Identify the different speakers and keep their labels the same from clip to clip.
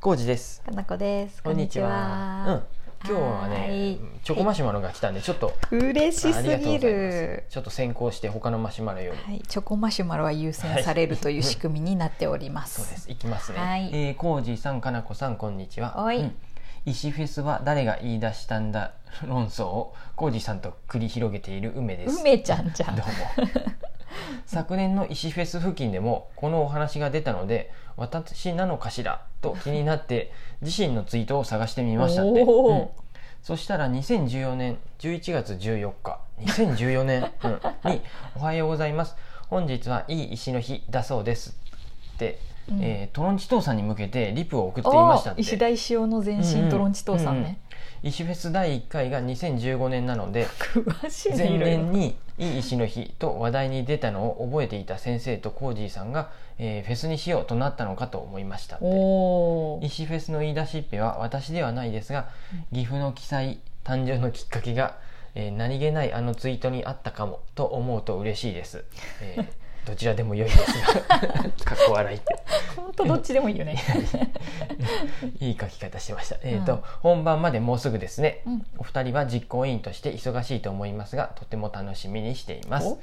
Speaker 1: コウジです。
Speaker 2: かなこです。
Speaker 1: こんにちは。うん、今日は
Speaker 2: は
Speaker 1: ね
Speaker 2: い、
Speaker 1: チョコマシュマロが来たんで、ちょっと。
Speaker 2: 嬉し
Speaker 1: あ
Speaker 2: す
Speaker 1: りがとうご
Speaker 2: ぎ
Speaker 1: ざいます
Speaker 2: る。
Speaker 1: ちょっと先行して、他のマシュマロより。
Speaker 2: はい、チョコマシュマロは優先されるという仕組みになっております。
Speaker 1: そうです。いきますね。
Speaker 2: はい
Speaker 1: ええー、コウジさん、かなこさん、こんにちは。
Speaker 2: おい
Speaker 1: うん石フェスは誰が言い出したんだ論争をコウジさんと繰り広げている梅です。
Speaker 2: 梅ちゃんじゃ
Speaker 1: どうも
Speaker 2: ん。
Speaker 1: 昨年の石フェス付近でもこのお話が出たので私なのかしらと気になって自身のツイートを探してみましたって、
Speaker 2: おー
Speaker 1: うんそしたら2014年11月14日2014年、うんに「おはようございます本日はいい石の日だそうです」って、
Speaker 2: うん
Speaker 1: えートロンチ父さんに向けてリプを送っていま
Speaker 2: お
Speaker 1: したっ
Speaker 2: ー
Speaker 1: て
Speaker 2: 石田石雄の前
Speaker 1: うんうん
Speaker 2: 身トロンチ父さんね。
Speaker 1: うん石フェス第1回が2015年なので
Speaker 2: 詳 しいね。
Speaker 1: 前
Speaker 2: いろいろ
Speaker 1: 年に「いい石の日」と話題に出たのを覚えていた先生とコージーさんが、えーフェスにしようとなったのかと思いましたって
Speaker 2: おー
Speaker 1: 石フェスの言い出しっぺは私ではないですが岐阜の記載誕生のきっかけが、えー何気ないあのツイートにあったかもと思うと嬉しいです、えー どちらでも良いですがかっこ笑いって
Speaker 2: 本当どっちでもいい よね。
Speaker 1: いい書き方してました、えーと
Speaker 2: うん
Speaker 1: 本番までもうすぐですね
Speaker 2: うん
Speaker 1: お二人は実行委員として忙しいと思いますがとても楽しみにしています、う
Speaker 2: お
Speaker 1: ん、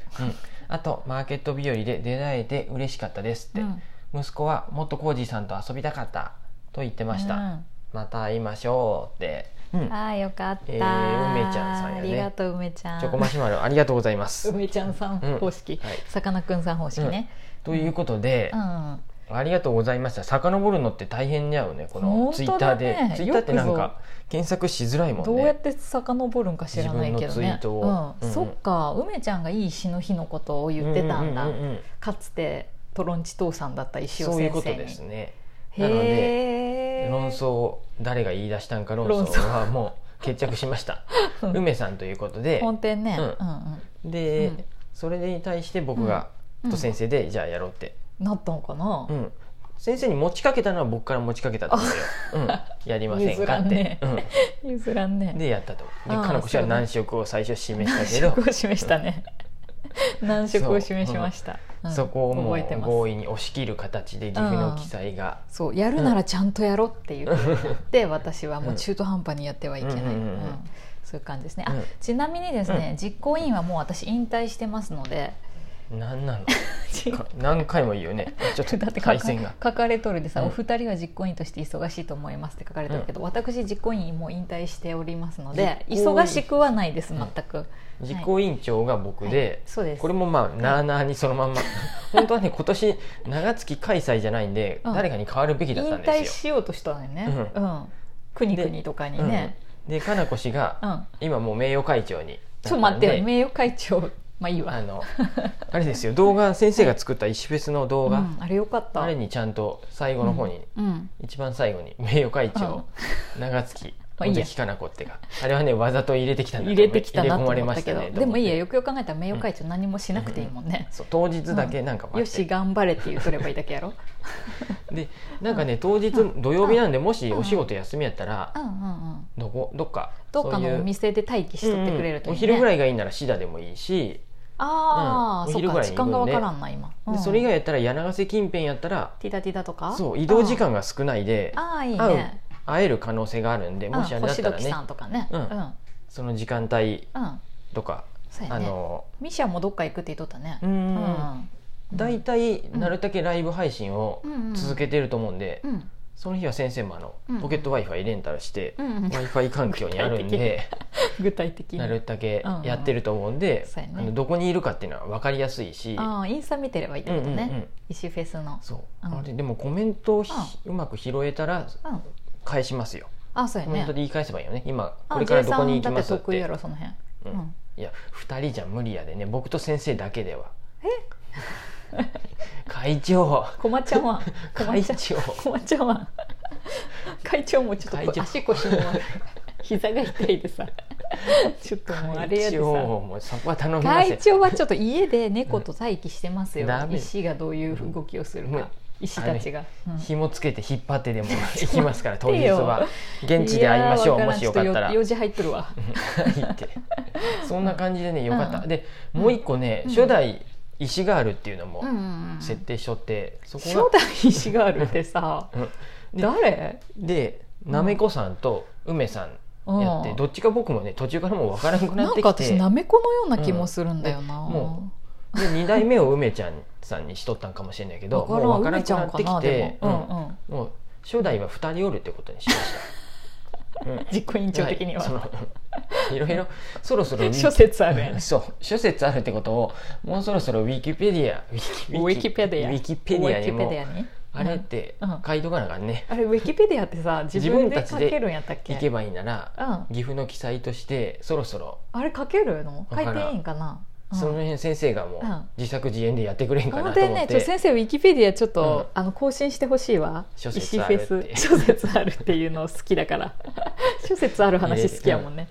Speaker 1: あとマーケット日和で出会えて嬉しかったですって、
Speaker 2: うん
Speaker 1: 息子はもっとコージーさんと遊びたかったと言ってました、また会いましょうって、うん
Speaker 2: うんああよかった。
Speaker 1: えー梅ちゃんさんやね
Speaker 2: ありがとう梅ちゃん。
Speaker 1: チョコマシュマロありがとうございます、
Speaker 2: 梅ちゃんさん
Speaker 1: うん
Speaker 2: 方式
Speaker 1: はい、
Speaker 2: さかなクンさん方式ね。
Speaker 1: ということで
Speaker 2: う、ん。
Speaker 1: ありがとうございました遡るのって大変に合うねこのツイ
Speaker 2: 本
Speaker 1: ッ
Speaker 2: 当
Speaker 1: タ
Speaker 2: だ
Speaker 1: ーで、
Speaker 2: ね
Speaker 1: ツイッターってなん
Speaker 2: よく
Speaker 1: か検索しづらいもんね
Speaker 2: どうやって遡るんか知らないけど
Speaker 1: 自分の
Speaker 2: ね
Speaker 1: ツイートを
Speaker 2: うん
Speaker 1: うん
Speaker 2: そっか梅ちゃんがいい石の日のことを言ってたんだ、
Speaker 1: ううううん
Speaker 2: かつてトロンチ父さんだった石尾
Speaker 1: そういう
Speaker 2: 先
Speaker 1: こと
Speaker 2: 生に
Speaker 1: ですねなので
Speaker 2: へえ
Speaker 1: 論争を誰が言い出したんか論争はもう決着しました
Speaker 2: うん
Speaker 1: 梅さんということで
Speaker 2: 本店ね、
Speaker 1: う
Speaker 2: うんんうん
Speaker 1: で、
Speaker 2: うん
Speaker 1: それに対して僕が、
Speaker 2: うん
Speaker 1: と先生でじゃあやろうって、
Speaker 2: なったのかな、
Speaker 1: うん先生に持ちかけたのは僕から持ちかけたと思う よ、うん、やりませんかって、
Speaker 2: 譲譲らん
Speaker 1: う
Speaker 2: ね
Speaker 1: ん、でやったとで
Speaker 2: あー
Speaker 1: かのこ氏は
Speaker 2: そうだ
Speaker 1: 難色を最初示
Speaker 2: 難
Speaker 1: したけ
Speaker 2: 色
Speaker 1: ど
Speaker 2: を示したね難色を示しました うん
Speaker 1: そこをも
Speaker 2: 覚えて
Speaker 1: う
Speaker 2: ます
Speaker 1: 強引に押し切る形で岐阜の記載が、
Speaker 2: そうやるならちゃんとやろっていうふうになって、私はもう中途半端にやってはいけない、
Speaker 1: うんうんうんうん
Speaker 2: うんそういう感じですね、
Speaker 1: う
Speaker 2: あ
Speaker 1: ん
Speaker 2: ちなみにですね、
Speaker 1: うん
Speaker 2: 実行委員はもう私引退してます ので
Speaker 1: 何なのか何回も言うよねちょっと
Speaker 2: だって書か
Speaker 1: 回線が
Speaker 2: 書かれとるでさ、
Speaker 1: うん
Speaker 2: お二人は実行委員として忙しいと思いますって書かれてるけど、私実行委員もう引退しておりますので
Speaker 1: 実行委員
Speaker 2: 忙しくはないです全く、
Speaker 1: 実行委員長が僕で、
Speaker 2: はいそうです
Speaker 1: これもまあなあなあにそのまんま 本当はね今年長月開催じゃないんで、
Speaker 2: うん
Speaker 1: 誰かに変わるべき
Speaker 2: 引
Speaker 1: だったん
Speaker 2: 退
Speaker 1: です
Speaker 2: しようとしたのよね
Speaker 1: う
Speaker 2: うん、国々とかに
Speaker 1: よ。
Speaker 2: ね、
Speaker 1: うんでかなこ氏が、
Speaker 2: うん
Speaker 1: 今もう名誉会長に
Speaker 2: ちょっと待ってよ
Speaker 1: ね
Speaker 2: 名誉会長まあいいわ
Speaker 1: あのあれですよ動画先生が作った石フェスの動画、
Speaker 2: うんあれよかった
Speaker 1: あれにちゃんと最後の方に、
Speaker 2: うんうん
Speaker 1: 一番最後に名誉会長、長月
Speaker 2: まあい
Speaker 1: 尾
Speaker 2: いや
Speaker 1: 関かな子ってがあれはねわざと入れてきたんだ
Speaker 2: 入
Speaker 1: と思う
Speaker 2: れてきたなと思った
Speaker 1: 入れ込
Speaker 2: けど
Speaker 1: まれましたねと
Speaker 2: で
Speaker 1: 思っ
Speaker 2: も
Speaker 1: て
Speaker 2: いいやよくよく考えたら名誉会長何もしなくていいもんね、
Speaker 1: そう当日だけなんかバッて
Speaker 2: よし頑張れって言うとればいいだけやろ
Speaker 1: でなんかね当日土曜日なんでもしお仕事休みやったら
Speaker 2: うんうんうん
Speaker 1: どこどっか
Speaker 2: どっ
Speaker 1: そ
Speaker 2: か
Speaker 1: うい
Speaker 2: の
Speaker 1: う
Speaker 2: お店で待機しとってくれると
Speaker 1: うんうん
Speaker 2: い
Speaker 1: お
Speaker 2: い、ね
Speaker 1: 昼ぐらいがいいならシダでもいいし
Speaker 2: ああ、
Speaker 1: うんお
Speaker 2: そっ
Speaker 1: 昼ぐ
Speaker 2: から
Speaker 1: い
Speaker 2: 時
Speaker 1: に行くん
Speaker 2: 間
Speaker 1: で
Speaker 2: がわからんな今、うん
Speaker 1: でそれ以外やったら柳瀬近辺やったら
Speaker 2: ティタティタとか
Speaker 1: そう移動時間が少ないで
Speaker 2: ああいい
Speaker 1: 会う
Speaker 2: ね
Speaker 1: 会える可能性があるんで
Speaker 2: うん
Speaker 1: もしあれだったら
Speaker 2: 星時
Speaker 1: ね
Speaker 2: さんとかね
Speaker 1: う
Speaker 2: うんん、うん
Speaker 1: その時間帯とか
Speaker 2: そうや
Speaker 1: あ
Speaker 2: ね
Speaker 1: の
Speaker 2: ミシャもどっか行くって言っとったね
Speaker 1: う
Speaker 2: うん
Speaker 1: 大体なるだけライブ配信を
Speaker 2: うん
Speaker 1: 続けてると思うんで
Speaker 2: うん
Speaker 1: その日は先生もあの
Speaker 2: うん
Speaker 1: ポケット w i f i レンタルして
Speaker 2: う
Speaker 1: w
Speaker 2: んうん
Speaker 1: i f i 環境にあるん
Speaker 2: 具体
Speaker 1: で。
Speaker 2: 具体的に
Speaker 1: なるだけやってると思うんで、
Speaker 2: うんうんそうやね
Speaker 1: あのどこにいるかっていうのは分かりやすいし、
Speaker 2: ああインスタ見てればいいってことね、
Speaker 1: うんうんうん
Speaker 2: 石フェスの
Speaker 1: そう、
Speaker 2: うん
Speaker 1: あれでもコメントをひうまく拾えたら
Speaker 2: うん
Speaker 1: 返しますよ、
Speaker 2: あそうや
Speaker 1: コメン
Speaker 2: ね
Speaker 1: トで言い返せばいいよね今
Speaker 2: あ
Speaker 1: これからどこに行きます
Speaker 2: だ
Speaker 1: っ
Speaker 2: って得意やろその辺
Speaker 1: うん
Speaker 2: うん
Speaker 1: いや2人じゃ無理やでね僕と先生だけでは 会長
Speaker 2: こまちゃ んはこま
Speaker 1: 会
Speaker 2: ちゃん
Speaker 1: 長
Speaker 2: こまちゃんは会長もちょっ
Speaker 1: 会長
Speaker 2: と足腰も膝が痛いでさ ちょっともうあれや
Speaker 1: 会
Speaker 2: で
Speaker 1: 長
Speaker 2: さ
Speaker 1: もうそこは頼みません
Speaker 2: 会長はちょっと家で猫と待機してますよ
Speaker 1: ダメ
Speaker 2: 石がどういう動きをする
Speaker 1: うん
Speaker 2: か石たちが、うん
Speaker 1: 紐つけて引っ張ってでも行きます から当日は
Speaker 2: やー
Speaker 1: 現地で会いましょ
Speaker 2: わ
Speaker 1: う
Speaker 2: らん
Speaker 1: もしよかったら
Speaker 2: ちょと用事入っとるわ
Speaker 1: はいってそんな感じでねよかった、
Speaker 2: うん
Speaker 1: でもう一個ね、
Speaker 2: うん
Speaker 1: 初代石があるっていうのも
Speaker 2: うんうんうん
Speaker 1: 設定しとって、そ
Speaker 2: 初
Speaker 1: こが
Speaker 2: 代石があるってさ
Speaker 1: うんで
Speaker 2: 誰
Speaker 1: でなめこさんと梅さんやって、
Speaker 2: うん
Speaker 1: どっちか僕もね途中からもう分からなくな
Speaker 2: な
Speaker 1: っ
Speaker 2: ん
Speaker 1: て
Speaker 2: か
Speaker 1: きて
Speaker 2: 私なめこのような気もするんだよな、
Speaker 1: うんでもで2代目を梅ちゃんさんにしとったんかもしれないけど
Speaker 2: わか
Speaker 1: も
Speaker 2: ら
Speaker 1: うん分から
Speaker 2: 梅
Speaker 1: なく
Speaker 2: ちゃ
Speaker 1: なんっ
Speaker 2: か
Speaker 1: て
Speaker 2: な
Speaker 1: き
Speaker 2: で
Speaker 1: て、
Speaker 2: も、
Speaker 1: うん
Speaker 2: うんうん、
Speaker 1: もう初代は2人おるってことにしま した。うん
Speaker 2: 実行委員長的には、
Speaker 1: いそのいろいろそろそろ
Speaker 2: 諸説あるやね
Speaker 1: そう諸説あるってことをもうそろそろウィキペディアウィキ
Speaker 2: ウィキペディア
Speaker 1: ウィキペディアに
Speaker 2: ウィ
Speaker 1: も
Speaker 2: キペディアに
Speaker 1: あれって
Speaker 2: うん
Speaker 1: 書いとかなあかんね、
Speaker 2: あれウィキペディアってさ自分で書けるんやったっけ
Speaker 1: 行けばいいなら
Speaker 2: うん、
Speaker 1: 岐阜の記載としてそろそろ
Speaker 2: あれ書けるの
Speaker 1: わ
Speaker 2: 書
Speaker 1: から
Speaker 2: い
Speaker 1: ん
Speaker 2: ていいんかな、うん
Speaker 1: その辺先生がもう
Speaker 2: うん
Speaker 1: 自作自演でやってくれんか
Speaker 2: ほ
Speaker 1: なんと
Speaker 2: で
Speaker 1: 思っ
Speaker 2: ねちょ
Speaker 1: て
Speaker 2: 先生ウィキペディアちょっと、
Speaker 1: う
Speaker 2: あの更新してほしいわ
Speaker 1: 諸
Speaker 2: 石
Speaker 1: 説
Speaker 2: フ
Speaker 1: あるって
Speaker 2: ェス諸説あるっていうの好きだから 諸説ある話好きやもんね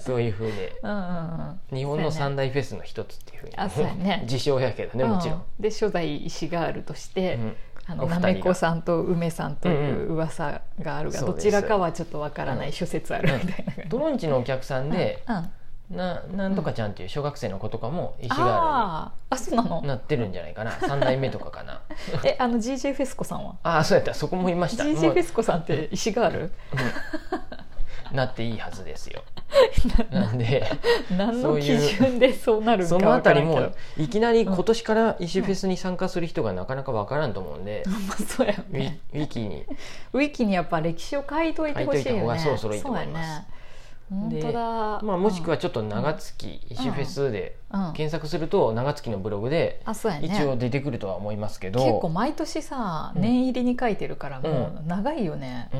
Speaker 1: そういうふうで
Speaker 2: うんうん
Speaker 1: 日本
Speaker 2: そうやね
Speaker 1: の三大フェスの一つっていうふうに
Speaker 2: あそうやね
Speaker 1: 自称やけど
Speaker 2: う
Speaker 1: ね
Speaker 2: ん
Speaker 1: もちろん、
Speaker 2: で初代石ガールとして、
Speaker 1: うん
Speaker 2: あ
Speaker 1: お
Speaker 2: の
Speaker 1: 二
Speaker 2: な
Speaker 1: 人が
Speaker 2: めこさんと梅さんとい
Speaker 1: ん
Speaker 2: うう噂があるが、
Speaker 1: そう
Speaker 2: ど
Speaker 1: です
Speaker 2: ちらかはちょっとわからな
Speaker 1: う
Speaker 2: い
Speaker 1: ん
Speaker 2: 諸説あるみたいな 感じ
Speaker 1: ドロンチのお客さんで、
Speaker 2: うんうん
Speaker 1: ななんとかちゃんっていう小学生の子とかも石があ
Speaker 2: あーあそうな
Speaker 1: るに
Speaker 2: の
Speaker 1: なってるんじゃないかな3代目とかか な
Speaker 2: えあの GJ フェスコさんは
Speaker 1: ああそうやったそこもいましたも
Speaker 2: GJ
Speaker 1: う
Speaker 2: フェスコさんって石ガール
Speaker 1: うんなっていいはずですよ なんで
Speaker 2: 何
Speaker 1: そ
Speaker 2: の
Speaker 1: う
Speaker 2: 基
Speaker 1: いう
Speaker 2: 準でそうな るんか
Speaker 1: そのあたり
Speaker 2: わからん
Speaker 1: も
Speaker 2: け
Speaker 1: いきなり今年から石フェスに参加する人がなかなかわからんと思うんで
Speaker 2: ど、まあそうや
Speaker 1: ウィ
Speaker 2: ね
Speaker 1: ウィキに
Speaker 2: ウィキにやっぱ歴史を書いといてほしいよ
Speaker 1: 書いといた方
Speaker 2: ね
Speaker 1: がそろそろいいと思います
Speaker 2: そうやね本当だ
Speaker 1: まあ、もしくはちょっと長月石フェスで
Speaker 2: うんうん
Speaker 1: 検索すると長月のブログで
Speaker 2: あそうやね
Speaker 1: 一応出てくるとは思いますけ
Speaker 2: 結構
Speaker 1: ど、
Speaker 2: 毎年さ
Speaker 1: うん
Speaker 2: 念入りに書いてるからもう長いよね
Speaker 1: う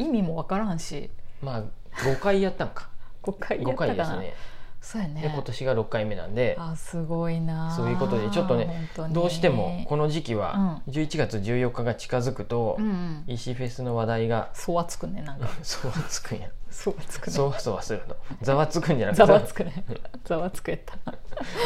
Speaker 1: ん、
Speaker 2: 意味もわからんし
Speaker 1: まあ5回やったんか
Speaker 2: 5回や
Speaker 1: 5
Speaker 2: ったか
Speaker 1: 回で
Speaker 2: な
Speaker 1: すね
Speaker 2: そうや
Speaker 1: で今
Speaker 2: ね
Speaker 1: 年が6回目なんで
Speaker 2: あすごいな
Speaker 1: そういうことでちょっとね
Speaker 2: 本当に
Speaker 1: どうしてもこの時期は
Speaker 2: う
Speaker 1: 11月14日が近づくと
Speaker 2: うんうん
Speaker 1: 石フェスの話題 が
Speaker 2: そわつくねなんか
Speaker 1: そわつくんや
Speaker 2: そわつく
Speaker 1: そ
Speaker 2: ね
Speaker 1: わそわするのざわつくんじゃなくて
Speaker 2: ざわつくねざわつくやった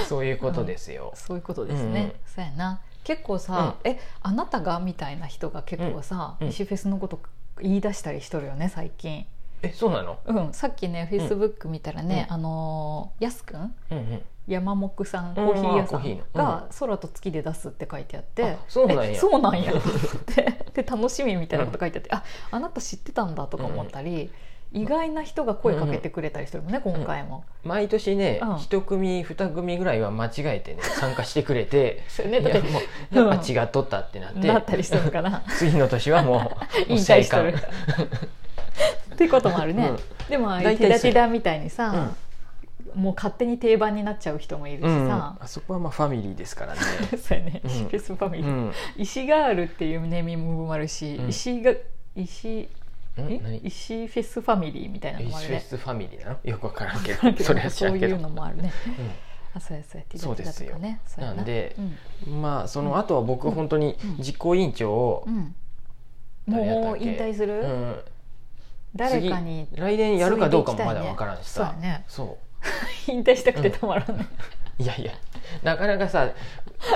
Speaker 1: そういうことですよ。
Speaker 2: そういうことです
Speaker 1: うんうん
Speaker 2: ね。そうやな。結構さ、え、あなたがみたいな人が結構さ、
Speaker 1: うんうん
Speaker 2: 西フェスのこと言い出したりしとるよね最近。
Speaker 1: えそうなの、
Speaker 2: うん、さっきね、フェイスブック見たらね、
Speaker 1: うん
Speaker 2: あのーやすくん、
Speaker 1: うんうん、
Speaker 2: 山木さん、
Speaker 1: うん
Speaker 2: コーヒー屋
Speaker 1: あコ
Speaker 2: さ
Speaker 1: ーヒーのう
Speaker 2: ん
Speaker 1: ん
Speaker 2: が空と月で出すって書いてあって
Speaker 1: あ、そうなんや
Speaker 2: えそうなんや。 ってで楽しみみたいなこと書いてあって、あ、あなた知ってたんだとか思ったり。意外な人が声かけてくれたりするもんね、今回も。
Speaker 1: 毎年ね
Speaker 2: うん
Speaker 1: 一、組二組ぐらいは間違え てね参加してくれて
Speaker 2: そう
Speaker 1: い
Speaker 2: ね、だっ
Speaker 1: や
Speaker 2: て
Speaker 1: もう
Speaker 2: うん
Speaker 1: やっぱ違っとったってなって
Speaker 2: なったりしてるから
Speaker 1: 次の年はもう
Speaker 2: 引退しとる
Speaker 1: もう生還
Speaker 2: っていうこともあるね、でもああいうティダティダみたいに
Speaker 1: う
Speaker 2: さ
Speaker 1: ん、
Speaker 2: もう勝手に定番になっちゃう人もいるし
Speaker 1: うん
Speaker 2: さ、
Speaker 1: あそこはまあファミリーですからね、
Speaker 2: そうやね、
Speaker 1: うん
Speaker 2: シックスファミリ
Speaker 1: う
Speaker 2: ー、
Speaker 1: ん、
Speaker 2: 石ガールっていうネーミングもあるし、
Speaker 1: うん
Speaker 2: 石が石
Speaker 1: ん
Speaker 2: え
Speaker 1: 何
Speaker 2: 石フェスファミリーみたいなのもあ
Speaker 1: フ
Speaker 2: る
Speaker 1: ェ
Speaker 2: ね
Speaker 1: スファミリーなのよくわからんけ
Speaker 2: なん
Speaker 1: ど
Speaker 2: か
Speaker 1: それは知ら
Speaker 2: そうん
Speaker 1: け
Speaker 2: い
Speaker 1: ど
Speaker 2: うのもあるね
Speaker 1: うん
Speaker 2: あそうやそうやティダティダとかね
Speaker 1: そうですよ
Speaker 2: そうや
Speaker 1: なんで
Speaker 2: うん
Speaker 1: まあその後は僕
Speaker 2: うん
Speaker 1: 本当に
Speaker 2: うん
Speaker 1: 実行委員長を、
Speaker 2: うん
Speaker 1: 誰やったっけ
Speaker 2: もう引退する、
Speaker 1: うん
Speaker 2: 誰かに
Speaker 1: 次来年やるかどうかもまだわからんしさ
Speaker 2: そうやね
Speaker 1: そう
Speaker 2: 引退したくてたまらない、
Speaker 1: いやいやなかなかさ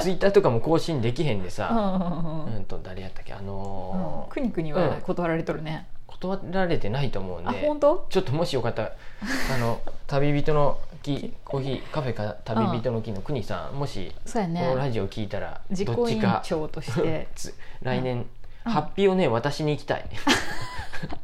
Speaker 1: ツイッターとかも更新できへんで
Speaker 2: うん
Speaker 1: さ、
Speaker 2: うん
Speaker 1: う、
Speaker 2: うんん
Speaker 1: と誰やったっけあ
Speaker 2: うん
Speaker 1: の
Speaker 2: くにくには断られとるね、
Speaker 1: ー断られてないと思うん
Speaker 2: あ
Speaker 1: で
Speaker 2: 本当
Speaker 1: ちょっともしよかったら あの旅人の木コーヒーカフェか旅人の木の国さんもし
Speaker 2: そうや
Speaker 1: この
Speaker 2: ね
Speaker 1: ラジオ聞いたら
Speaker 2: 実
Speaker 1: どっ
Speaker 2: 行委
Speaker 1: ち
Speaker 2: 員
Speaker 1: か
Speaker 2: 長として
Speaker 1: つ来年
Speaker 2: うん
Speaker 1: ハッピーをね渡しに行きたい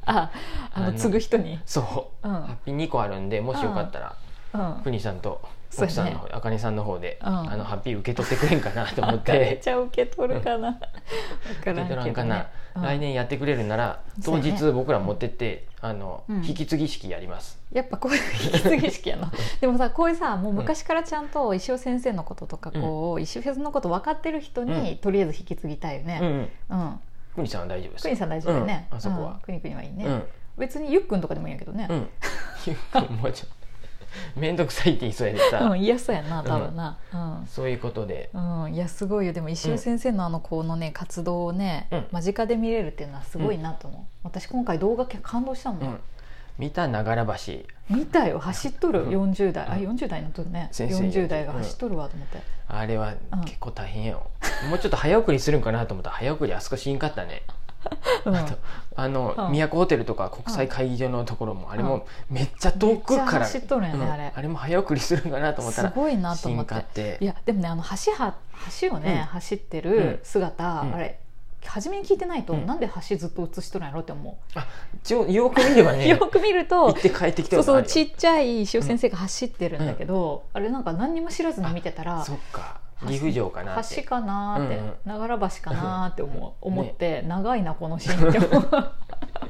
Speaker 2: ああ
Speaker 1: あ
Speaker 2: の
Speaker 1: の
Speaker 2: 継ぐ人に、
Speaker 1: そう
Speaker 2: うん
Speaker 1: ハッピー2個あるんでもしよかったら
Speaker 2: うん、
Speaker 1: 国さんと
Speaker 2: そう
Speaker 1: 奥
Speaker 2: や
Speaker 1: さ
Speaker 2: ね
Speaker 1: んの方あかねさんの方で
Speaker 2: うん
Speaker 1: あのハッピー受け取ってくれんかなと思
Speaker 2: あ
Speaker 1: っ
Speaker 2: かね
Speaker 1: て
Speaker 2: ちゃん受け取るかな
Speaker 1: 受け取
Speaker 2: 分からんけど、
Speaker 1: ら
Speaker 2: ね
Speaker 1: んかな
Speaker 2: うん
Speaker 1: 来年やってくれるなら
Speaker 2: そう
Speaker 1: 当
Speaker 2: やね
Speaker 1: 日僕ら持ってってあの
Speaker 2: うん
Speaker 1: 引き継ぎ式やります
Speaker 2: やっぱこういう引き継ぎ式やなでもさこういうさもう昔からちゃんと石尾先生のこととかこう、石尾先生のこと分かってる人に、
Speaker 1: うん
Speaker 2: とりあえず引き継ぎたいよ
Speaker 1: うんう
Speaker 2: ね
Speaker 1: ん
Speaker 2: うん
Speaker 1: 国さんは大丈夫です
Speaker 2: クニさん大丈夫よね、
Speaker 1: うんあそこは
Speaker 2: うんクニクニはいいね、
Speaker 1: うん
Speaker 2: 別にゆっくんとかでもいいんやけどね
Speaker 1: う、ん、 ゆっくりもうちょっと面倒くさいって言いそうやで
Speaker 2: う
Speaker 1: さ、
Speaker 2: ん、嫌そうやな多分な、うん
Speaker 1: そういうことで、
Speaker 2: うん、いやすごいよでも石尾先生のあのこのね活動をね、
Speaker 1: うん
Speaker 2: 間近で見れるっていうのはすごいなと思う、私今回動画感動したも
Speaker 1: うんん、、見た長ら橋
Speaker 2: 見たよ走っとる
Speaker 1: うん
Speaker 2: 40代、あ
Speaker 1: うん
Speaker 2: 40代のとるね
Speaker 1: 先生
Speaker 2: 40代が走っとるわと思って、
Speaker 1: あれは
Speaker 2: うん
Speaker 1: 結構大変よ、もうちょっと早送りするんかなと思ったら早送りあそこしんかったね
Speaker 2: うん
Speaker 1: あとあの、
Speaker 2: うん
Speaker 1: 都ホテルとか国際会議場のところも、あれもめっちゃ遠く
Speaker 2: めっちゃ
Speaker 1: から、
Speaker 2: 走っとるんや
Speaker 1: う
Speaker 2: ね
Speaker 1: ん
Speaker 2: あれ
Speaker 1: あれも早送りするんかなと思った
Speaker 2: す
Speaker 1: ら
Speaker 2: ごいなと思
Speaker 1: 進
Speaker 2: って
Speaker 1: 化って
Speaker 2: いやでもねあの橋は橋を
Speaker 1: う
Speaker 2: ね、
Speaker 1: ん
Speaker 2: 走ってる姿、
Speaker 1: うん
Speaker 2: あれ初めに聞いてないと、
Speaker 1: うん
Speaker 2: なんで橋ずっと映しとるんやろって思
Speaker 1: 一応よく見れば
Speaker 2: う、
Speaker 1: ね
Speaker 2: よ
Speaker 1: 行
Speaker 2: く見る
Speaker 1: っ
Speaker 2: と
Speaker 1: て帰ってきて
Speaker 2: そう
Speaker 1: るのあ
Speaker 2: そう
Speaker 1: るよ
Speaker 2: ちっちゃい潮先生が走ってるんだけど、あれなんか何にも知らずに見てたら
Speaker 1: そっか岐阜城かなっ
Speaker 2: 橋
Speaker 1: て
Speaker 2: かなーって、
Speaker 1: うんうん
Speaker 2: 長良橋かなーって思う
Speaker 1: うん
Speaker 2: 思って、長いなこのシーンって 思う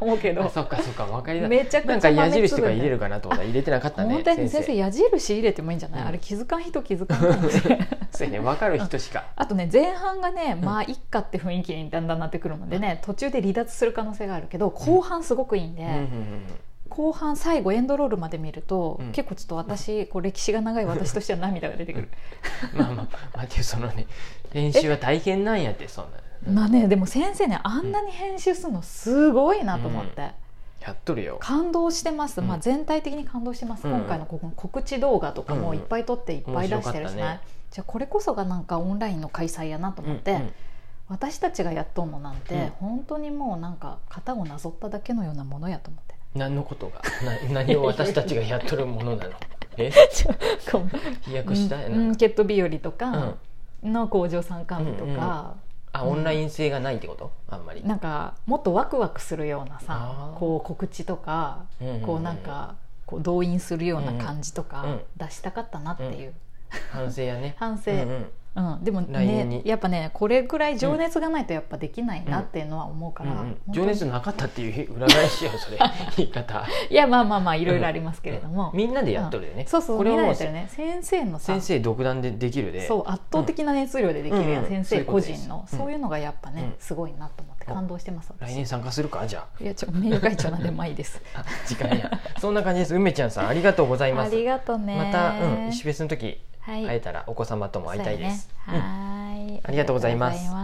Speaker 2: 思うけ
Speaker 1: あ
Speaker 2: ど
Speaker 1: そっかそっか分かりだ
Speaker 2: めちゃくちゃ
Speaker 1: なんか矢
Speaker 2: 豆
Speaker 1: 印
Speaker 2: 粒
Speaker 1: と
Speaker 2: み
Speaker 1: か
Speaker 2: たい
Speaker 1: 入れるかなと思ったら入れてなかったね
Speaker 2: 本当に先生矢印入れてもいいんじゃない、
Speaker 1: うん
Speaker 2: あれ気づかん人気づかんかもしれん
Speaker 1: そうやね分かる人しか
Speaker 2: あとね前半がね、
Speaker 1: ん
Speaker 2: まあいっかって雰囲気にだんだんなってくるのでね途中で離脱する可能性があるけど後半すごくいいんで、
Speaker 1: うんうん
Speaker 2: 後半最後エンドロールまで見ると、
Speaker 1: うん
Speaker 2: 結構ちょっと私こう歴史が長い私としては涙が出てくる、
Speaker 1: うんまあまあ待てよそのね練習は大変なんやってそんな
Speaker 2: まあねでも先生ねあんなに編集するのすごいなと思って、
Speaker 1: やっとるよ
Speaker 2: 感動してます、
Speaker 1: うん
Speaker 2: まあ、全体的に感動してます、
Speaker 1: うん
Speaker 2: 今回のこの告知動画とか
Speaker 1: うん
Speaker 2: も
Speaker 1: うん
Speaker 2: いっぱい撮っていっぱい出してる
Speaker 1: 面白か
Speaker 2: し
Speaker 1: った
Speaker 2: ね
Speaker 1: ね
Speaker 2: じゃあこれこそがなんかオンラインの開催やなと思って、
Speaker 1: うんうん
Speaker 2: 私たちがやっとんのなんて、
Speaker 1: うん
Speaker 2: 本当にもうなんか型をなぞっただけのようなものやと 思って。
Speaker 1: 何のことが な何を私たちがやっとるものなのえ飛躍した
Speaker 2: う
Speaker 1: い
Speaker 2: んう
Speaker 1: なんんか
Speaker 2: ケット日和と
Speaker 1: うん
Speaker 2: かの工場参観日とか、
Speaker 1: あオンライン性がないってことあんまり
Speaker 2: なんかもっとワクワクするようなさ
Speaker 1: あー
Speaker 2: こう告知とか、
Speaker 1: うんうんうん
Speaker 2: こうなんかこう動員するような感じと
Speaker 1: うんう
Speaker 2: か
Speaker 1: ん
Speaker 2: 出したかったなっていう、
Speaker 1: 反省やね
Speaker 2: 反省、
Speaker 1: う
Speaker 2: うん
Speaker 1: うんん
Speaker 2: でも
Speaker 1: 来年
Speaker 2: ね
Speaker 1: に
Speaker 2: やっぱねこれぐらい情熱がないとやっぱできないなっていうのは思うから、
Speaker 1: うんうん
Speaker 2: 本当に
Speaker 1: 情熱なかったっていう裏返しよ それ言い方
Speaker 2: いやまあまあまあいろいろありますけれども、
Speaker 1: みんなでやっとるよね
Speaker 2: そうそう
Speaker 1: これ
Speaker 2: みん
Speaker 1: はも
Speaker 2: なや
Speaker 1: う
Speaker 2: ったよね先生のさ
Speaker 1: 先生独断でできるで
Speaker 2: そう圧倒的な熱量でできるやん、
Speaker 1: うん
Speaker 2: 先
Speaker 1: そうい
Speaker 2: 生
Speaker 1: うこと
Speaker 2: 個
Speaker 1: です
Speaker 2: 人の、
Speaker 1: うん
Speaker 2: そういうのがやっぱね、
Speaker 1: うん
Speaker 2: すごいなと思って感動してます
Speaker 1: 来
Speaker 2: 私
Speaker 1: 年参加するかじゃ
Speaker 2: いやちょ名誉会長なんでまあいいです
Speaker 1: ああ時間やそんな感じです梅ちゃん さんありがとうございま
Speaker 2: あ
Speaker 1: す
Speaker 2: りがとうね
Speaker 1: また、うん、石フェスの時
Speaker 2: はい
Speaker 1: 会えたらお子様とも会いたいです、
Speaker 2: そうやねはーい、
Speaker 1: ありがとうございます
Speaker 2: ありがとうござい